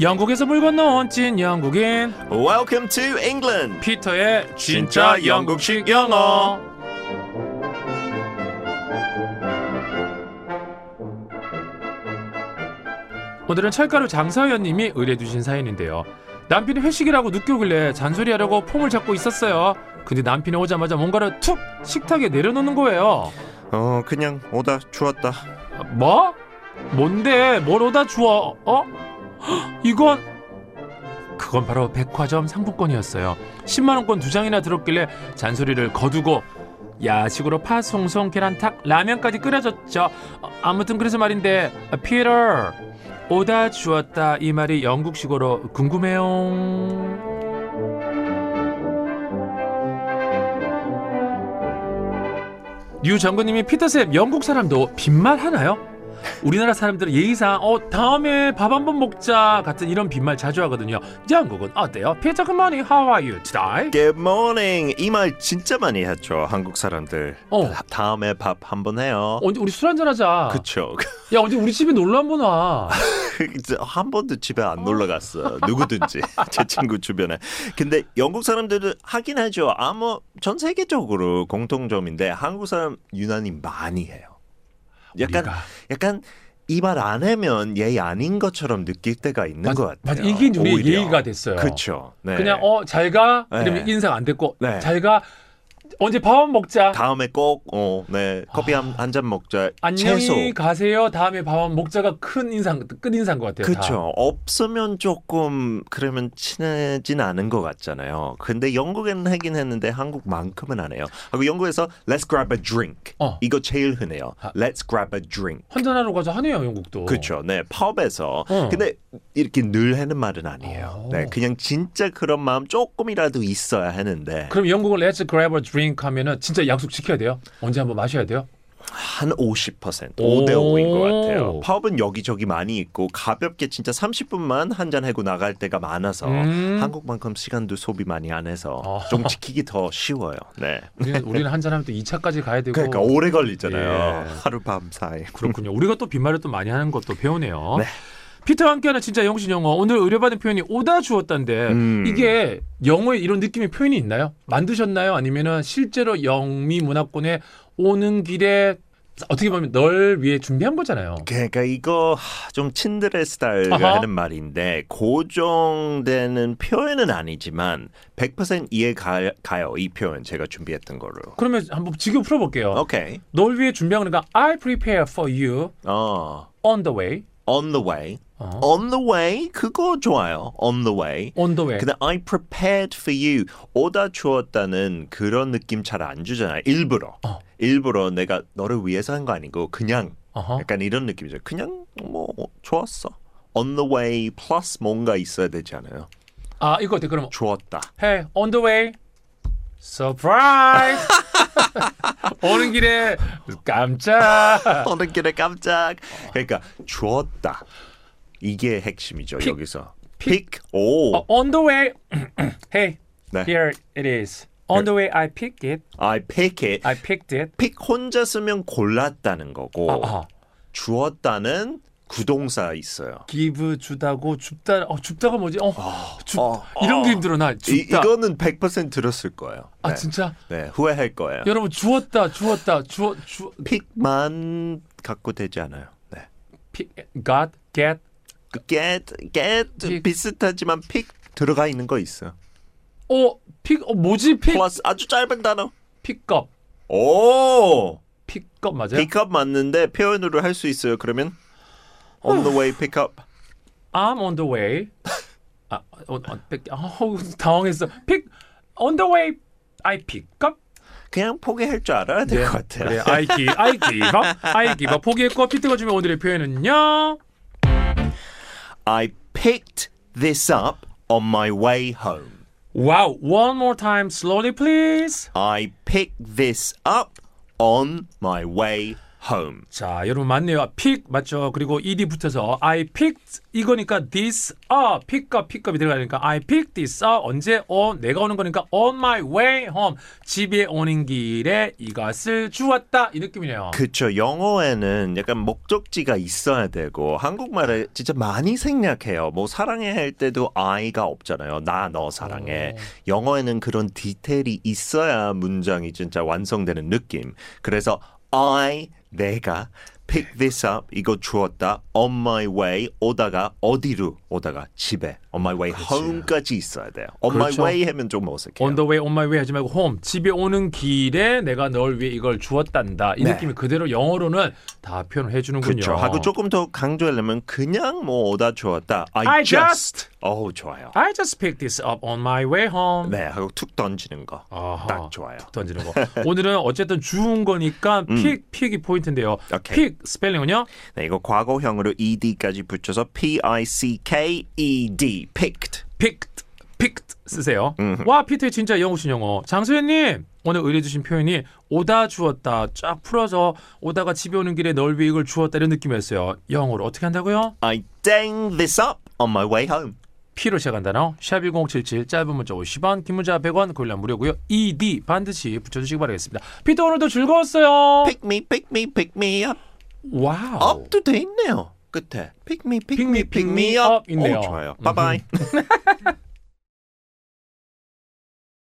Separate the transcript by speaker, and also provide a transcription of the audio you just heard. Speaker 1: 영국에서 물 건너온 찐 영국인
Speaker 2: Welcome to England.
Speaker 1: 피터의 진짜 영국식 영어 오늘은 철가루 장사위원님이 의뢰해주신 사연인데요 남편이 회식이라고 늦게 오길래 잔소리하려고 폼을 잡고 있었어요 근데 남편이 오자마자 뭔가를 툭 식탁에 내려놓는 거예요
Speaker 2: 어, 그냥 오다 주웠다.
Speaker 1: 뭐? 뭔데? 뭘 오다 주워? 어? 헉, 이건 그건 바로 백화점 상품권이었어요. 10만 원권 두 장이나 들었길래 잔소리를 거두고 야식으로 파송송 계란탁 라면까지 끓여줬죠. 어, 아무튼 그래서 말인데 아, 피터 오다 주었다 이 말이 영국식으로 궁금해요. 뉴정근님이 피터쌤 영국 사람도 빈말 하나요? 우리나라 사람들은 예의상 어 다음에 밥 한번 먹자 같은 이런 빈말 자주 하거든요. 영국은 어때요? 피터 good morning, how are you today?
Speaker 2: Good morning. 이 말 진짜 많이 했죠. 한국 사람들.
Speaker 1: 어.
Speaker 2: 다- 다음에 밥 한번 해요.
Speaker 1: 언제 우리 술 한잔 하자.
Speaker 2: 어? 그쵸.
Speaker 1: 야 언제 우리 집에 놀러 한번 와.
Speaker 2: 이제 한 번도 집에 안 놀러 갔어. 누구든지 제 친구 주변에. 근데 영국 사람들은 하긴 하죠. 아무 전 세계적으로 공통점인데 한국 사람 유난히 많이 해요. 약간
Speaker 1: 우리가.
Speaker 2: 약간 이 말 안 하면 예의 아닌 것처럼 느낄 때가 있는
Speaker 1: 맞-
Speaker 2: 것 같아요.
Speaker 1: 맞아, 이게 이제 우리의
Speaker 2: 오히려.
Speaker 1: 예의가 됐어요.
Speaker 2: 그쵸. 네.
Speaker 1: 그냥 어 잘가 이러면
Speaker 2: 네.
Speaker 1: 인사가 안 됐고
Speaker 2: 네.
Speaker 1: 잘가 언제 밥 한번 먹자.
Speaker 2: 다음에 꼭 어, 네. 커피 한 잔 먹자.
Speaker 1: 아. 안녕히
Speaker 2: 채소.
Speaker 1: 가세요. 다음에 밥 한번 먹자가 큰 인상 끝 인상 것 같아요. 다.
Speaker 2: 그렇죠. 없으면 조금 그러면 친하진 않은 것 같잖아요. 근데 영국에는 하긴 했는데 한국만큼은 안 해요. 하고 영국에서 Let's grab a drink.
Speaker 1: 어.
Speaker 2: 이거 제일 흔해요.
Speaker 1: 아.
Speaker 2: Let's grab a drink.
Speaker 1: 한잔하러 가자 하네요 영국도.
Speaker 2: 그렇죠. 네, 펍에서.
Speaker 1: 어.
Speaker 2: 근데 이렇게 늘 하는 말은 아니에요.
Speaker 1: 어.
Speaker 2: 네, 그냥 진짜 그런 마음 조금이라도 있어야 하는데
Speaker 1: 그럼 영국은 Let's grab a drink 하면은 진짜 약속 지켜야 돼요. 언제 한번 마셔야 돼요.
Speaker 2: 한 50%,
Speaker 1: 오.
Speaker 2: 5대 5인 것 같아요. 펍은 여기저기 많이 있고 가볍게 진짜 30분만 한잔 하고 나갈 때가 많아서
Speaker 1: 음.
Speaker 2: 어, 한국만큼 시간도 소비 많이 안 해서
Speaker 1: 어.
Speaker 2: 좀 지키기 더 쉬워요. 네.
Speaker 1: 우리는, 우리는 한잔하면 또 2차까지 가야 되고.
Speaker 2: 그러니까 오래 걸리잖아요.
Speaker 1: 예.
Speaker 2: 하룻밤 사이.
Speaker 1: 그렇군요. 우리가 또 빈말을 또 많이 하는 것도 음. 배우네요.
Speaker 2: 네.
Speaker 1: 피터와 함께하는 진짜 영신 영어 오늘 의뢰받은 표현이 오다 주었다인데
Speaker 2: 음.
Speaker 1: 이게 영어에 이런 느낌의 표현이 있나요? 만드셨나요? 아니면은 실제로 영미 문화권에 오는 길에 어떻게 보면 널 위해 준비한 거잖아요.
Speaker 2: 그러니까 이거 하, 좀 친들의 스타일과
Speaker 1: 아하.
Speaker 2: 하는 말인데 고정되는 표현은 아니지만 100% 이해 가, 가요. 이 표현 제가 준비했던 거로.
Speaker 1: 그러면 한번 지금 풀어볼게요.
Speaker 2: 오케이.
Speaker 1: 널 위해 준비한 거니까 I prepare for you
Speaker 2: 어.
Speaker 1: on the way.
Speaker 2: On the way.
Speaker 1: 어.
Speaker 2: On the way 그거 좋아요. On the way.
Speaker 1: on the way.
Speaker 2: 근데 I prepared for you 오다 주었다는 그런 느낌 잘 안 주잖아요. 일부러.
Speaker 1: 어.
Speaker 2: 일부러 내가 너를 위해서 한 거 아니고 그냥
Speaker 1: 어허.
Speaker 2: 약간 이런 느낌이죠. 그냥 뭐 어, 좋았어. On the way plus 뭔가 있어야 되지 않아요?
Speaker 1: 아 이거 어때 그럼
Speaker 2: 좋았다.
Speaker 1: Hey, on the way. Surprise! 오는 길에 깜짝.
Speaker 2: 어느 길에 깜짝. 그러니까 주었다. 이게 핵심이죠 여기서.
Speaker 1: 픽.
Speaker 2: 픽. 오.
Speaker 1: 어, on the way. hey,
Speaker 2: 네.
Speaker 1: here it is. On the way, I picked it.
Speaker 2: I pick it.
Speaker 1: I picked it.
Speaker 2: 픽 혼자 쓰면 골랐다는 거고.
Speaker 1: 아,
Speaker 2: 주었다는 구동사 있어요.
Speaker 1: give 주다고 줍다. 어, 줍다가 뭐지? 어, 줍.
Speaker 2: 어,
Speaker 1: 이런
Speaker 2: 어.
Speaker 1: 게 힘들어 나. 줍다.
Speaker 2: 이, 이거는 100% 들었을 거예요.
Speaker 1: 아
Speaker 2: 네.
Speaker 1: 진짜.
Speaker 2: 네, 후회할 거예요.
Speaker 1: 여러분 주었다, 주었다, 주어, 주,
Speaker 2: 픽만 갖고 되지 않아요. 네.
Speaker 1: 피, got, get.
Speaker 2: 그 get get
Speaker 1: 픽.
Speaker 2: 비슷하지만 픽 들어가 있는 거 있어.
Speaker 1: 어, 픽, 어 뭐지? 픽,
Speaker 2: 플러스 아주 짧은 단어.
Speaker 1: 픽업,
Speaker 2: 오,
Speaker 1: 픽업 맞아요?
Speaker 2: 픽업 맞는데 표현으로 할 수 있어요. 그러면 on the way pick up.
Speaker 1: I'm on the way. 아, 어, 어, 백- 어우, 당황했어. Pick on the way. I pick up.
Speaker 2: 그냥 포기할 줄 알아야 될 것 네, 같아요.
Speaker 1: 예. 그래, I give, I give up. I give up. 포기했고 피트가 주면 오늘의 표현은요.
Speaker 2: I picked this up on my way home.
Speaker 1: Wow. One more time, slowly, please.
Speaker 2: I picked this up on my way home.
Speaker 1: 자, 여러분 맞네요. 아, pick 맞죠? 그리고 ed 붙어서 I picked 이거니까 this up, pick up, pick up이 들어가니까 I picked this up 언제 on 내가 오는 거니까 on my way home 집에 오는 길에 이것을 주웠다 이 느낌이네요.
Speaker 2: 그쵸. 영어에는 약간 목적지가 있어야 되고 한국말에 진짜 많이 생략해요. 뭐 사랑해 할 때도 I가 없잖아요. 나 너 사랑해.
Speaker 1: 오.
Speaker 2: 영어에는 그런 디테일이 있어야 문장이 진짜 완성되는 느낌. 그래서 I 내가 pick this up 이거 주었다 on my way 오다가 어디로 오다가 집에 on my way home까지 있어야 돼요. on
Speaker 1: 그렇죠.
Speaker 2: my way 하면 좀 어색해요.
Speaker 1: On the way, on my way 하지 말고 home. 집에 오는 길에 내가 널 위해 이걸 주었단다. 이
Speaker 2: 네.
Speaker 1: 느낌이 그대로 영어로는 다 표현을 해주는군요.
Speaker 2: 그렇죠. 하고 조금 더 강조하려면 그냥 뭐 오다 주었다. I,
Speaker 1: I
Speaker 2: just.
Speaker 1: just.
Speaker 2: 어우 좋아요.
Speaker 1: I just picked this up on my way home.
Speaker 2: 네 하고 툭 던지는 거.
Speaker 1: 아하.
Speaker 2: 딱 좋아요. 음.
Speaker 1: 툭 던지는 거. 오늘은 어쨌든 주운 거니까 픽, 픽이 포인트인데요.
Speaker 2: 오케이.
Speaker 1: 픽 스펠링은요?
Speaker 2: 네 이거 과거형으로 ed까지 붙여서 p i c k e d picked.
Speaker 1: picked, picked 쓰세요.
Speaker 2: 음.
Speaker 1: 와, 피터의 진짜 영어신 영어. 장소연님 오늘 의뢰주신 표현이 오다 주었다 쫙 풀어서 오다가 집에 오는 길에 널 위해 이걸 주었다 이런 느낌이었어요. 영어로 어떻게 한다고요?
Speaker 2: I dang this up on my way home.
Speaker 1: P로 시작한 단어 샵1077 짧은 문자 50원 긴 문자 100원 고릴라 무료고요 ED 반드시 붙여주시기 바라겠습니다 피터 오늘도 즐거웠어요
Speaker 2: Pick me, pick me, pick me up.
Speaker 1: 와우
Speaker 2: up도 돼 있네요. 끝에 pick me, pick,
Speaker 1: Pick
Speaker 2: me,
Speaker 1: me, pick
Speaker 2: pick me
Speaker 1: me
Speaker 2: up.
Speaker 1: up 있네요.
Speaker 2: 오, 좋아요. Bye bye.